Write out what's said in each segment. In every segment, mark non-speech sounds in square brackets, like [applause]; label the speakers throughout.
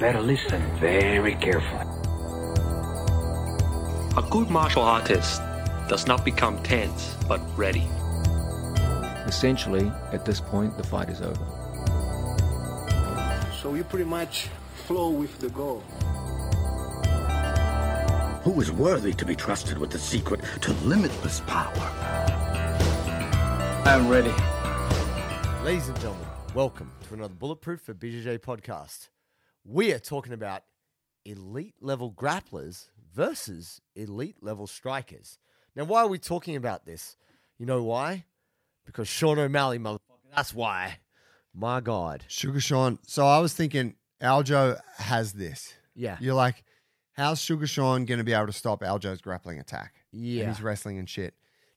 Speaker 1: Better listen very carefully.
Speaker 2: A good martial artist does not become tense, but ready.
Speaker 3: Essentially, at this point, the fight is over.
Speaker 4: So you pretty much flow with the goal.
Speaker 5: Who is worthy to be trusted with the secret to limitless power?
Speaker 6: I'm ready.
Speaker 7: Ladies and gentlemen, welcome to another Bulletproof for BJJ podcast. We are talking about elite level grapplers versus elite level strikers. Now, why are we talking about this? You know why? Because Sean O'Malley, motherfucker. That's why. My God.
Speaker 8: Sugar Sean. So I was thinking Aljo has this.
Speaker 7: Yeah.
Speaker 8: You're like, how's Sugar Sean going to be able to stop Aljo's grappling attack?
Speaker 7: Yeah.
Speaker 8: And he's wrestling and shit.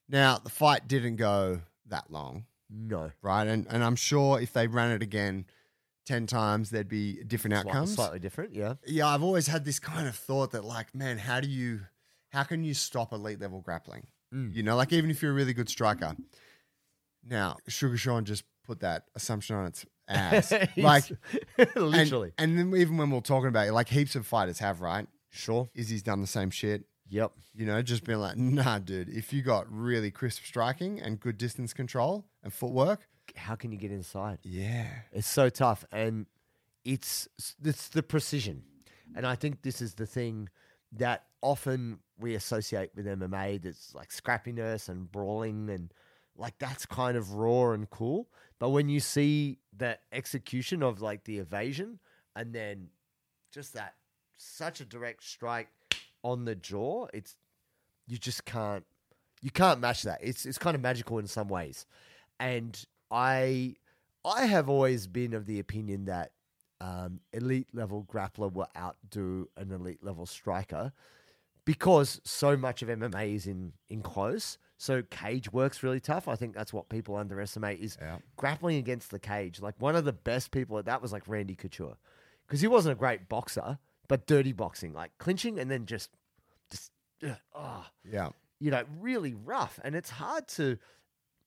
Speaker 8: Now, the fight didn't go that long,
Speaker 7: No.
Speaker 8: right? And, and I'm sure if they ran it again 10 times, there'd be different
Speaker 7: Sli-
Speaker 8: outcomes.
Speaker 7: Slightly different, yeah.
Speaker 8: Yeah, I've always had this kind of thought that, like, man, how do you, how can you stop elite level grappling?
Speaker 7: Mm.
Speaker 8: You know, like, even if you're a really good striker. Now, Sugar Sean just put that assumption
Speaker 7: [laughs]
Speaker 8: on its ass. like, and-
Speaker 7: literally.
Speaker 8: And, then even when we're talking about it, like heaps of fighters have, right?
Speaker 7: sure.
Speaker 8: Izzy's done the same shit.
Speaker 7: Yep.
Speaker 8: You know, just being like, nah, dude, if you got really crisp striking and good distance control and footwork,
Speaker 7: How can you get inside?
Speaker 8: yeah.
Speaker 7: It's so tough, and it's it's the precision, and I think this is the thing that often we associate with MMA. That's like scrappiness and brawling, and like that's kind of raw and cool. But when you see that execution of like the evasion, and then just that such a direct strike on the jaw, it's you just can't you can't match that. It's it's kind of magical in some ways, and I I have always been of the opinion that um, elite level grappler will outdo an elite level striker because so much of MMA is in in close. So cage works really tough. I think that's what people underestimate is
Speaker 8: Yeah.
Speaker 7: grappling against the cage. Like one of the best people at that was like Randy Couture because he wasn't a great boxer, but dirty boxing, like clinching and then just just ugh, ah
Speaker 8: Yeah.
Speaker 7: you know, really rough. And it's hard to,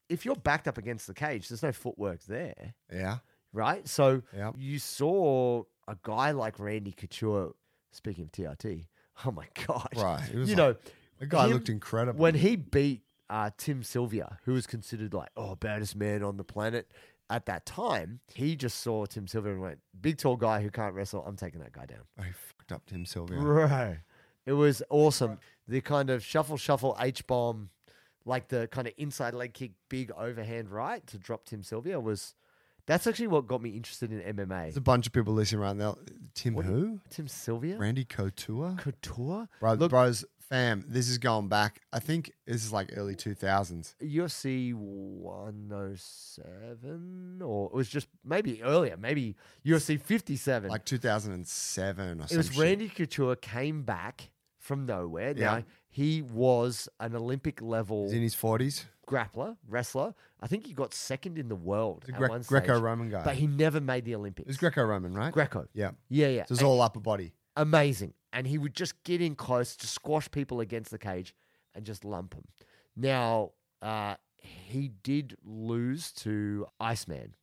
Speaker 7: if you're backed up against the cage, there's no footwork there,
Speaker 8: Yeah.
Speaker 7: right? So
Speaker 8: Yeah.
Speaker 7: you saw a guy like Randy Couture, speaking of TRT, [laughs] oh my God.
Speaker 8: Right. It was
Speaker 7: You
Speaker 8: like-
Speaker 7: know,
Speaker 8: The guy
Speaker 7: him-
Speaker 8: looked incredible.
Speaker 7: when he beat uh, Tim Sylvia, who was considered like, oh, baddest man on the planet at that time, he just saw Tim Sylvia and went, big tall guy who can't wrestle. I'm taking that guy down.
Speaker 8: oh, he fucked up Tim Sylvia.
Speaker 7: Bro. It was awesome. The kind of shuffle, shuffle, H bomb, like the kind of inside leg kick, big overhand right to drop Tim Sylvia was. That's actually what got me interested in MMA.
Speaker 8: There's a bunch of people listening right now. Tim
Speaker 7: What-
Speaker 8: who?
Speaker 7: Tim Sylvia?
Speaker 8: Randy Couture?
Speaker 7: Couture?
Speaker 8: Bro,
Speaker 7: Look,
Speaker 8: bros, fam, this is going back. I think this is like early 2000s.
Speaker 7: UFC 107, or it was just maybe earlier, maybe UFC 57.
Speaker 8: Like 2007 or something.
Speaker 7: It was Randy Couture came back from nowhere.
Speaker 8: Yeah.
Speaker 7: Now, he was an Olympic level.
Speaker 8: He's in his 40s.
Speaker 7: grappler, wrestler. I think he got second in the world
Speaker 8: The
Speaker 7: at
Speaker 8: Gre-
Speaker 7: one stage,
Speaker 8: Greco-Roman guy.
Speaker 7: but he never made the
Speaker 8: It
Speaker 7: Olympics.
Speaker 8: was Greco-Roman, right?
Speaker 7: Greco.
Speaker 8: yeah.
Speaker 7: Yeah, yeah.
Speaker 8: So it's
Speaker 7: And
Speaker 8: all upper body.
Speaker 7: amazing. And he would just get in close to squash people against the cage and just lump them. Now, uh, he did lose to Iceman,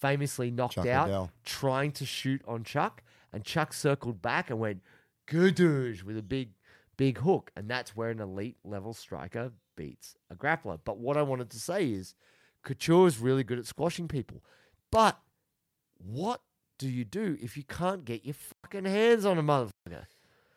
Speaker 7: famously knocked
Speaker 8: Chuck
Speaker 7: out
Speaker 8: Liddell.
Speaker 7: trying to shoot on Chuck, and Chuck circled back and went goodosh with a big, big hook, and that's where an elite level striker beats a grappler. But what I wanted to say is, Couture is really good at squashing people, but what do you do if you can't get your fucking hands on a motherfucker?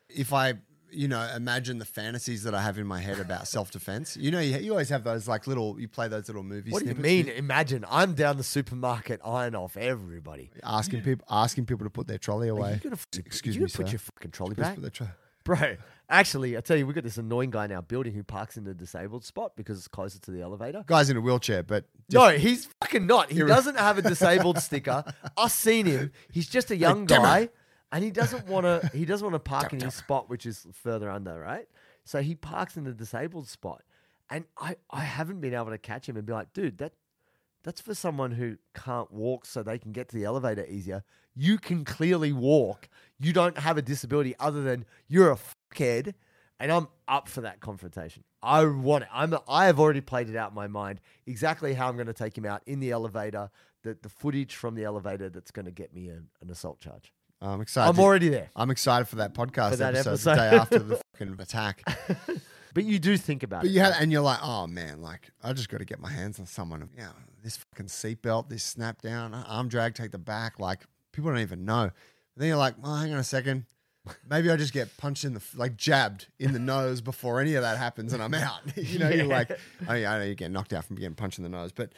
Speaker 8: If I, you know, imagine the fantasies that I have in my head about self-defense. You know, you, you always have those like little, you play those little movies.
Speaker 7: What do you mean? Imagine I'm down the supermarket eyeing off everybody.
Speaker 8: Asking people, asking people to put their trolley
Speaker 7: Are
Speaker 8: away.
Speaker 7: you gonna, fucking-
Speaker 8: Excuse
Speaker 7: you
Speaker 8: me,
Speaker 7: gonna put
Speaker 8: sir.
Speaker 7: your fucking trolley
Speaker 8: Please
Speaker 7: back?
Speaker 8: put their tro-
Speaker 7: Bro, actually, I tell you, we got this annoying guy in our building who parks in the disabled spot because it's closer to the elevator.
Speaker 8: Guys in a wheelchair, but
Speaker 7: No, he's fucking not. He
Speaker 8: You're-
Speaker 7: doesn't have a
Speaker 8: [laughs]
Speaker 7: disabled sticker. I've seen him. He's just a young
Speaker 8: damn
Speaker 7: guy, and he doesn't want
Speaker 8: [laughs]
Speaker 7: to. He doesn't want to park in his spot, which is further under, right? So he parks in the disabled spot, and I I haven't been able to catch him and be like, dude, that that's for someone who can't walk, so they can get to the elevator easier. You can clearly walk. You don't have a disability other than you're a fuckhead, and I'm up for that confrontation. I want it. I'm. I have already played it out in my mind exactly how I'm going to take him out in the elevator. The the footage from the elevator that's going to get me an, an assault charge.
Speaker 8: I'm excited.
Speaker 7: I'm already there.
Speaker 8: I'm excited for that podcast
Speaker 7: For that
Speaker 8: episode,
Speaker 7: episode.
Speaker 8: the day
Speaker 7: [laughs]
Speaker 8: after the fucking attack.
Speaker 7: But you do think about
Speaker 8: But
Speaker 7: it.
Speaker 8: you had, and you're like, oh man, like I just got to get my hands on someone. Yeah, this fucking seatbelt, this snap down, uh, arm drag, take the back. Like people don't even know. then you're like, well, hang on a second. Maybe I just get punched in the f- like jabbed in the nose before any of that happens, and I'm out. [laughs] you know, you're like, oh yeah, I know you get knocked out from getting punched in the nose, but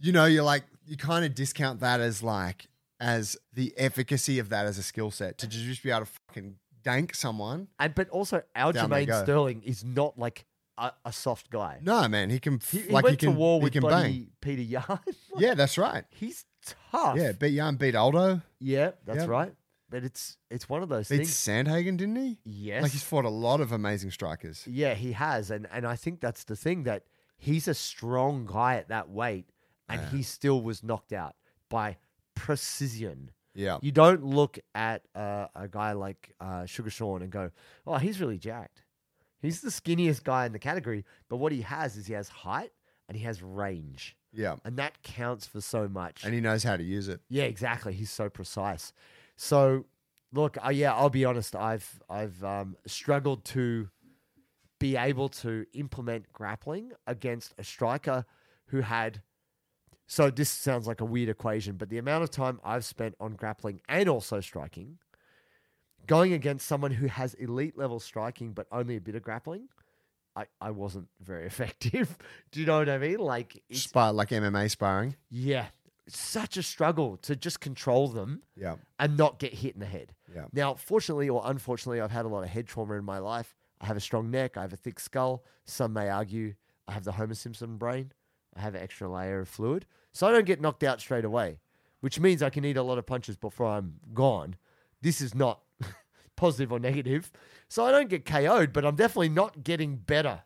Speaker 8: you know, you're like, you kind of discount that as like as the efficacy of that as a skill set to ju- just be able to fucking dank someone.
Speaker 7: and but also our
Speaker 8: Down they
Speaker 7: Jermaine
Speaker 8: go.
Speaker 7: Sterling is not like a, a soft guy.
Speaker 8: No, man, he can f-
Speaker 7: He, he
Speaker 8: like
Speaker 7: went
Speaker 8: he can
Speaker 7: to war
Speaker 8: he
Speaker 7: with
Speaker 8: can
Speaker 7: bloody
Speaker 8: bang.
Speaker 7: Peter Yarn. [laughs] Like,
Speaker 8: Yeah, that's right.
Speaker 7: he's tough.
Speaker 8: Yeah, beat Yarn, beat Aldo,
Speaker 7: yeah, that's
Speaker 8: Yep.
Speaker 7: right. But it's it's one of those
Speaker 8: beat
Speaker 7: things.
Speaker 8: Sandhagen, didn't he?
Speaker 7: Yes.
Speaker 8: Like he's fought a lot of amazing strikers.
Speaker 7: Yeah, he has, and and I think that's the thing that he's a strong guy at that weight, and he still was knocked out by precision.
Speaker 8: Yeah.
Speaker 7: You don't look at uh, a guy like uh, Sugar Sean and go, "Oh, he's really jacked." He's the skinniest guy in the category, but what he has is he has height and he has range,
Speaker 8: Yeah.
Speaker 7: and that counts for so much.
Speaker 8: And he knows how to use it.
Speaker 7: Yeah, exactly. He's so precise. So, look, uh, yeah, I'll be honest. I've I've um, struggled to be able to implement grappling against a striker who had. So this sounds like a weird equation, but the amount of time I've spent on grappling and also striking, going against someone who has elite level striking but only a bit of grappling, I, I wasn't very [laughs] effective. Do you know what I mean? Like it's
Speaker 8: Spar like MMA sparring.
Speaker 7: yeah, such a struggle to just control them [laughs]
Speaker 8: Yeah.
Speaker 7: and not get hit in the head.
Speaker 8: Yeah.
Speaker 7: Now, fortunately or unfortunately, I've had a lot of head trauma in my life. I have a strong neck. I have a thick skull. Some may argue I have the Homer Simpson brain. I have an extra layer of fluid. So I don't get knocked out straight away, which means I can eat a lot of punches before I'm gone. This is not [laughs] positive or negative. So I don't get KO'd, but I'm definitely not getting better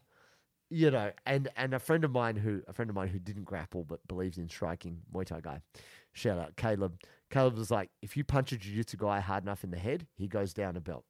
Speaker 7: you know, and and a friend of mine who a friend of mine who didn't grapple but believes in striking Muay Thai guy, shout out Caleb. Caleb was like, if you punch a jiu-jitsu guy hard enough in the head, he goes down a belt.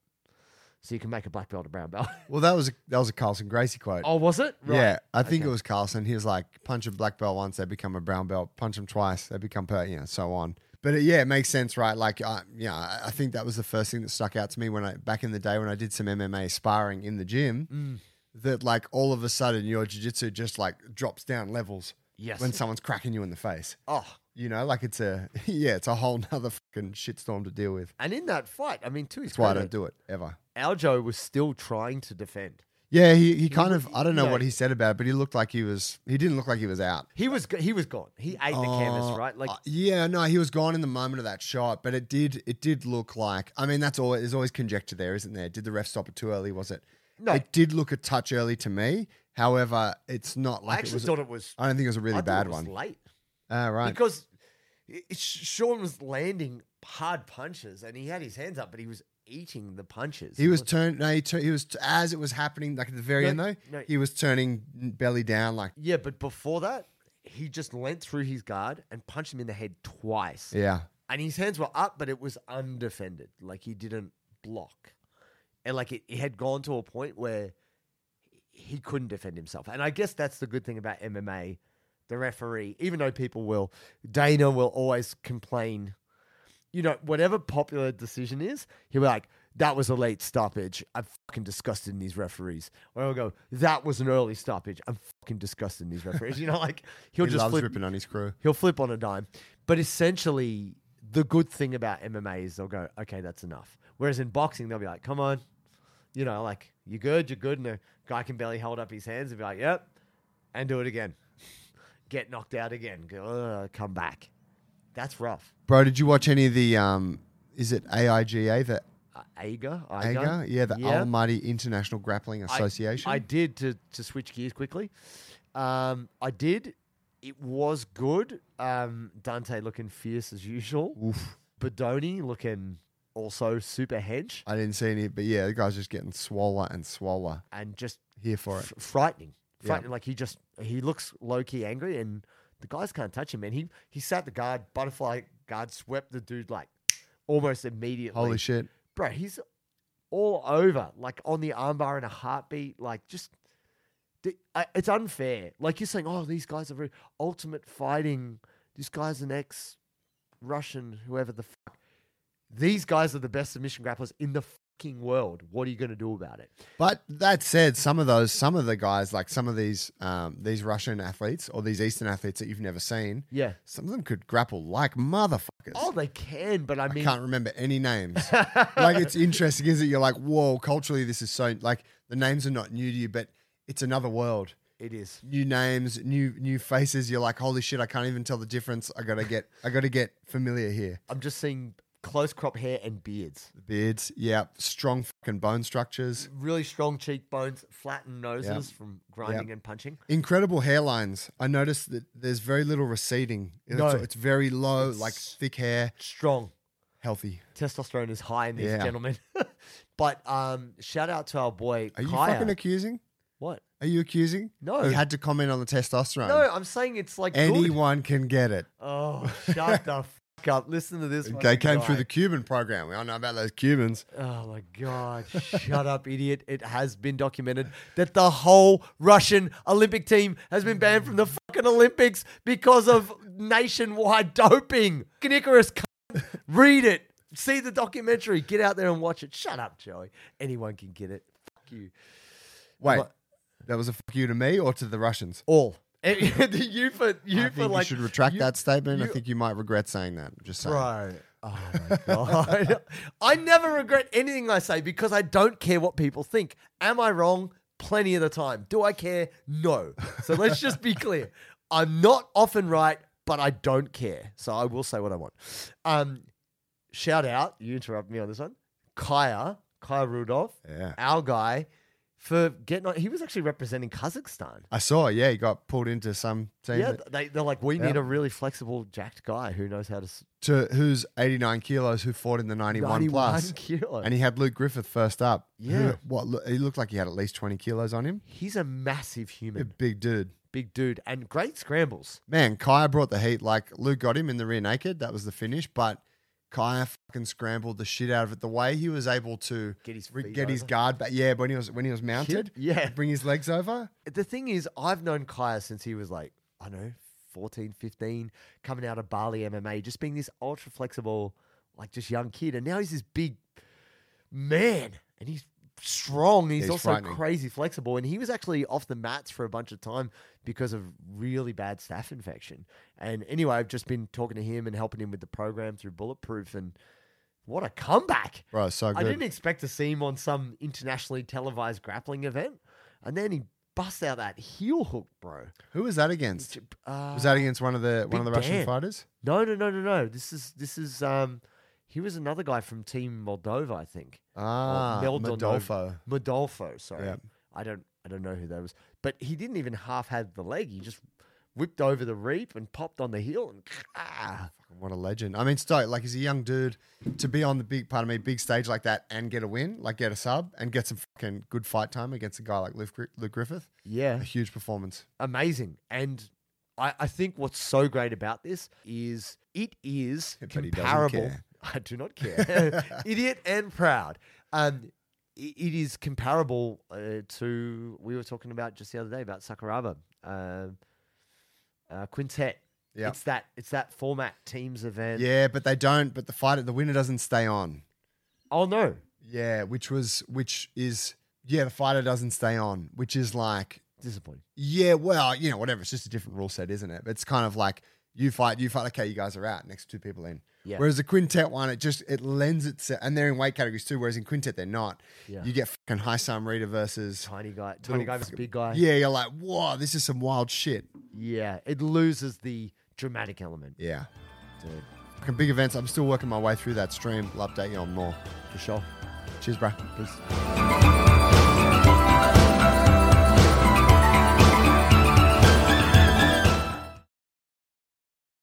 Speaker 7: So you can make a black belt a brown belt. [laughs]
Speaker 8: Well, that was a, that was a Carlson Gracie quote.
Speaker 7: oh, was it? Right.
Speaker 8: Yeah, I think
Speaker 7: Okay.
Speaker 8: it was Carlson. He was like, punch a black belt once, they become a brown belt. Punch them twice, they become, per, you know, so on. But it, yeah, it makes sense, right? Like, uh, yeah, I- I think that was the first thing that stuck out to me when I back in the day when I did some MMA sparring in the gym.
Speaker 7: Mm.
Speaker 8: That like all of a sudden your jiu-jitsu just like drops down levels
Speaker 7: Yes.
Speaker 8: when someone's cracking you in the face.
Speaker 7: oh,
Speaker 8: You know, like it's a [laughs] yeah, it's a whole nother fucking shitstorm to deal with.
Speaker 7: and in that fight, I mean, to his
Speaker 8: That's why I
Speaker 7: credit,
Speaker 8: don't do it ever.
Speaker 7: Aljo was still trying to defend.
Speaker 8: Yeah, he, he kind of
Speaker 7: w-
Speaker 8: I don't know
Speaker 7: no.
Speaker 8: what he said about it, but he looked like he was he didn't look like he was out.
Speaker 7: He was go- he was gone. He ate the
Speaker 8: Uh,
Speaker 7: canvas, right? Like
Speaker 8: uh, yeah, no, he was gone in the moment of that shot, but it did it did look like I mean that's always there's always conjecture there, isn't there? Did the ref stop it too early? Was it?
Speaker 7: No.
Speaker 8: it did look a touch early to me. However, it's not
Speaker 7: I
Speaker 8: like
Speaker 7: actually
Speaker 8: it was.
Speaker 7: thought it was
Speaker 8: I don't think it was a
Speaker 7: I
Speaker 8: really
Speaker 7: thought
Speaker 8: bad
Speaker 7: it was
Speaker 8: one.
Speaker 7: Late.
Speaker 8: Ah, right.
Speaker 7: because it, it- Sean was landing hard punches and he had his hands up, but he was eating the punches.
Speaker 8: He was
Speaker 7: wasn't-
Speaker 8: turned. No, he, tur- he was as it was happening, like at the very
Speaker 7: No,
Speaker 8: end though.
Speaker 7: no.
Speaker 8: He was turning belly down, like
Speaker 7: yeah, but before that, he just leant through his guard and punched him in the head twice.
Speaker 8: yeah,
Speaker 7: And his hands were up, but it was undefended. Like he didn't block, and like it, it had gone to a point where he couldn't defend himself. And I guess that's the good thing about MMA. The referee, even though people will, Dana will always complain you know, whatever popular decision is, he'll be like, that was a late stoppage. I'm fucking disgusted in these referees. Or he'll go, that was an early stoppage. I'm fucking disgusted in these referees. You know, like he'll
Speaker 8: he
Speaker 7: just
Speaker 8: loves
Speaker 7: flip,
Speaker 8: ripping on his crew.
Speaker 7: he'll flip on a dime. But essentially, the good thing about MMA is they'll go, okay, that's enough. Whereas in boxing, they'll be like, come on, you know, like you good, you're good, and the guy can barely hold up his hands and be like, yep, and do it again, [laughs] get knocked out again, go, "Ugh, come back. That's rough.
Speaker 8: Bro, did you watch any of the? um Is it AIGA the
Speaker 7: Uh, Aga, Aga,
Speaker 8: AIGA? Yeah, the
Speaker 7: Yeah.
Speaker 8: Almighty International Grappling
Speaker 7: I-
Speaker 8: Association.
Speaker 7: I, did to to switch gears quickly. Um, I did. It was good. Um, Dante looking fierce as usual.
Speaker 8: Oof.
Speaker 7: Bodoni looking also super hench
Speaker 8: I didn't see any, but yeah, the guy's just getting swoller and swoller.
Speaker 7: and just
Speaker 8: Here for it.
Speaker 7: f- frightening.
Speaker 8: Yeah.
Speaker 7: Frightening. Like he just he looks low key angry and the guys can't touch him. And he he sat the guard butterfly guard swept the dude like almost immediately.
Speaker 8: Holy shit!
Speaker 7: bro, he's all over, like on the armbar in a heartbeat. Like, just the- I- it's unfair. Like you're saying, oh, these guys are very ultimate fighting. This guy's an ex Russian, whoever the fuck. These guys are the best submission grapplers in the fucking world. What are you going to do about it?
Speaker 8: But that said, some of those, some of the guys, like some of these, um, these Russian athletes or these Eastern athletes that you've never seen,
Speaker 7: Yeah.
Speaker 8: some of them could grapple like motherfuckers.
Speaker 7: Oh, they can, but I
Speaker 8: I
Speaker 7: mean,
Speaker 8: can't remember
Speaker 7: [laughs]
Speaker 8: any names. like it's interesting, is it? You're like, whoa, culturally, this is so like the names are not new to you, but it's another world.
Speaker 7: it is.
Speaker 8: New names, new new faces. You're like, holy shit, I can't even tell the difference. I gotta get, I gotta get familiar here.
Speaker 7: I'm just seeing close crop hair and beards.
Speaker 8: The beards, yeah, strong fucking bone structures,
Speaker 7: Really strong cheekbones, flattened noses from grinding and punching.
Speaker 8: incredible hairlines. I noticed that there's very little receding. It's,
Speaker 7: No.
Speaker 8: it's very low, like thick hair,
Speaker 7: Strong.
Speaker 8: healthy.
Speaker 7: Testosterone is high in these
Speaker 8: Yeah.
Speaker 7: gentlemen. [laughs] but um, shout out to our boy.
Speaker 8: Are you
Speaker 7: Kaya.
Speaker 8: fucking accusing?
Speaker 7: What?
Speaker 8: Are you accusing?
Speaker 7: No.
Speaker 8: You had to comment on the testosterone.
Speaker 7: No, I'm saying it's like good.
Speaker 8: Anyone can get it.
Speaker 7: Oh, shut the fuck up. Listen to this.
Speaker 8: They
Speaker 7: fucking
Speaker 8: came through
Speaker 7: guy.
Speaker 8: the Cuban program. We all know about those Cubans.
Speaker 7: Oh my God. Shut up, idiot. It has been documented that the whole Russian Olympic team has been banned from the fucking Olympics because of nationwide [laughs] doping. Fucking Icarus, cunt. read it. See the documentary. Get out there and watch it. Shut up, Joey. Anyone can get it. Fuck you.
Speaker 8: Wait,
Speaker 7: What?
Speaker 8: that was a fuck you to me or to the Russians?
Speaker 7: [laughs] All. you for, you
Speaker 8: I
Speaker 7: for
Speaker 8: think
Speaker 7: like.
Speaker 8: you should retract
Speaker 7: you-
Speaker 8: that statement. I
Speaker 7: you-
Speaker 8: think you might regret saying that. Just saying.
Speaker 7: Bro. Oh my god. [laughs] I never regret anything I say because I don't care what people think. Am I wrong? Plenty of the time. Do I care? No. So let's just be
Speaker 8: [laughs]
Speaker 7: clear. I'm not often right, but I don't care. So I will say what I want. Um, shout out, you interrupt me on this one. Kaya, Kaya Rudolph,
Speaker 8: Yeah.
Speaker 7: our guy, for getting on he was actually representing Kazakhstan.
Speaker 8: I saw. Yeah, he got pulled into some team
Speaker 7: Yeah,
Speaker 8: that-
Speaker 7: they, they're like, we
Speaker 8: Yeah.
Speaker 7: need a really flexible, jacked guy who knows how to s-
Speaker 8: to who's 89 kilos who fought in the 91,
Speaker 7: 91
Speaker 8: plus.
Speaker 7: kilos.
Speaker 8: And he had Luke Griffith first up. who-
Speaker 7: Yeah.
Speaker 8: what? lo- He looked like he had at least 20 kilos on him.
Speaker 7: He's a massive
Speaker 8: A
Speaker 7: human,
Speaker 8: big dude.
Speaker 7: big dude, and great scrambles.
Speaker 8: Man, Kaya brought the heat. Like Luke got him in the rear naked. That was the finish. But Kaya fucking scrambled the shit out of it. The way he was able to
Speaker 7: Get his
Speaker 8: re-
Speaker 7: feet
Speaker 8: get his
Speaker 7: over.
Speaker 8: guard back. Yeah, when he was when he was mounted.
Speaker 7: yeah.
Speaker 8: Bring his legs over.
Speaker 7: The thing is, I've known Kaya since he was like, I don't know, 14, 15, coming out of Bali MMA, just being this ultra flexible, like just young kid. And now he's this big man and he's strong. He's,
Speaker 8: he's
Speaker 7: also
Speaker 8: frightening.
Speaker 7: crazy flexible. And he was actually off the mats for a bunch of time because of really bad staph infection. And anyway, I've just been talking to him and helping him with the program through Bulletproof. And what a comeback!
Speaker 8: Bro, so
Speaker 7: I
Speaker 8: good.
Speaker 7: didn't expect to see him on some internationally televised grappling event, and then he busts out that heel hook, bro.
Speaker 8: Who was that against?
Speaker 7: Uh,
Speaker 8: Was that against one of the one of the
Speaker 7: Big
Speaker 8: Russian
Speaker 7: Dan.
Speaker 8: fighters?
Speaker 7: no, no, no, no, no. This is this is um, he was another guy from Team Moldova, I think.
Speaker 8: Ah,
Speaker 7: Meldonov.
Speaker 8: Modolfo.
Speaker 7: Modolfo, sorry.
Speaker 8: Yeah.
Speaker 7: I don't I don't know who that was, but he didn't even half have the leg. He just whipped over the reap and popped on the heel and ah,
Speaker 8: What a legend. I mean, Stoke, like he's a young dude to be on the big part of me, big stage like that and get a win, like get a sub and get some fucking good fight time against a guy like Luke, Gri- Luke Griffith.
Speaker 7: yeah.
Speaker 8: A huge performance.
Speaker 7: amazing. And I, I think what's so great about this is it is
Speaker 8: [laughs] But he doesn't
Speaker 7: comparable.
Speaker 8: care.
Speaker 7: [laughs] I do
Speaker 8: [laughs]
Speaker 7: not care. [laughs] Idiot and proud. Um, i- it is comparable uh, to we were talking about just the other day about Sakuraba um, uh, quintet.
Speaker 8: Yeah.
Speaker 7: It's that it's that format teams event.
Speaker 8: Yeah, but they don't. But the fighter, the winner doesn't stay on.
Speaker 7: Oh no,
Speaker 8: Yeah, which was which is yeah, the fighter doesn't stay on, which is like
Speaker 7: disappointing.
Speaker 8: yeah, well, you know, whatever. It's just a different rule set, isn't it? But it's kind of like you fight, you fight. Okay, you guys are out. Next two people in.
Speaker 7: Yeah.
Speaker 8: Whereas the quintet one, it just it lends itself, and they're in weight categories too. Whereas in quintet, they're not.
Speaker 7: Yeah.
Speaker 8: You get fucking high Sam Rita versus.
Speaker 7: Tiny guy, tiny guy versus big guy.
Speaker 8: Yeah, you're like, whoa, this is some wild shit.
Speaker 7: yeah. It loses the dramatic element.
Speaker 8: Yeah.
Speaker 7: Dude,
Speaker 8: Fucking big events. I'm still working my way through that stream. We'll update you on more.
Speaker 7: for sure.
Speaker 8: Cheers, bro.
Speaker 7: Peace.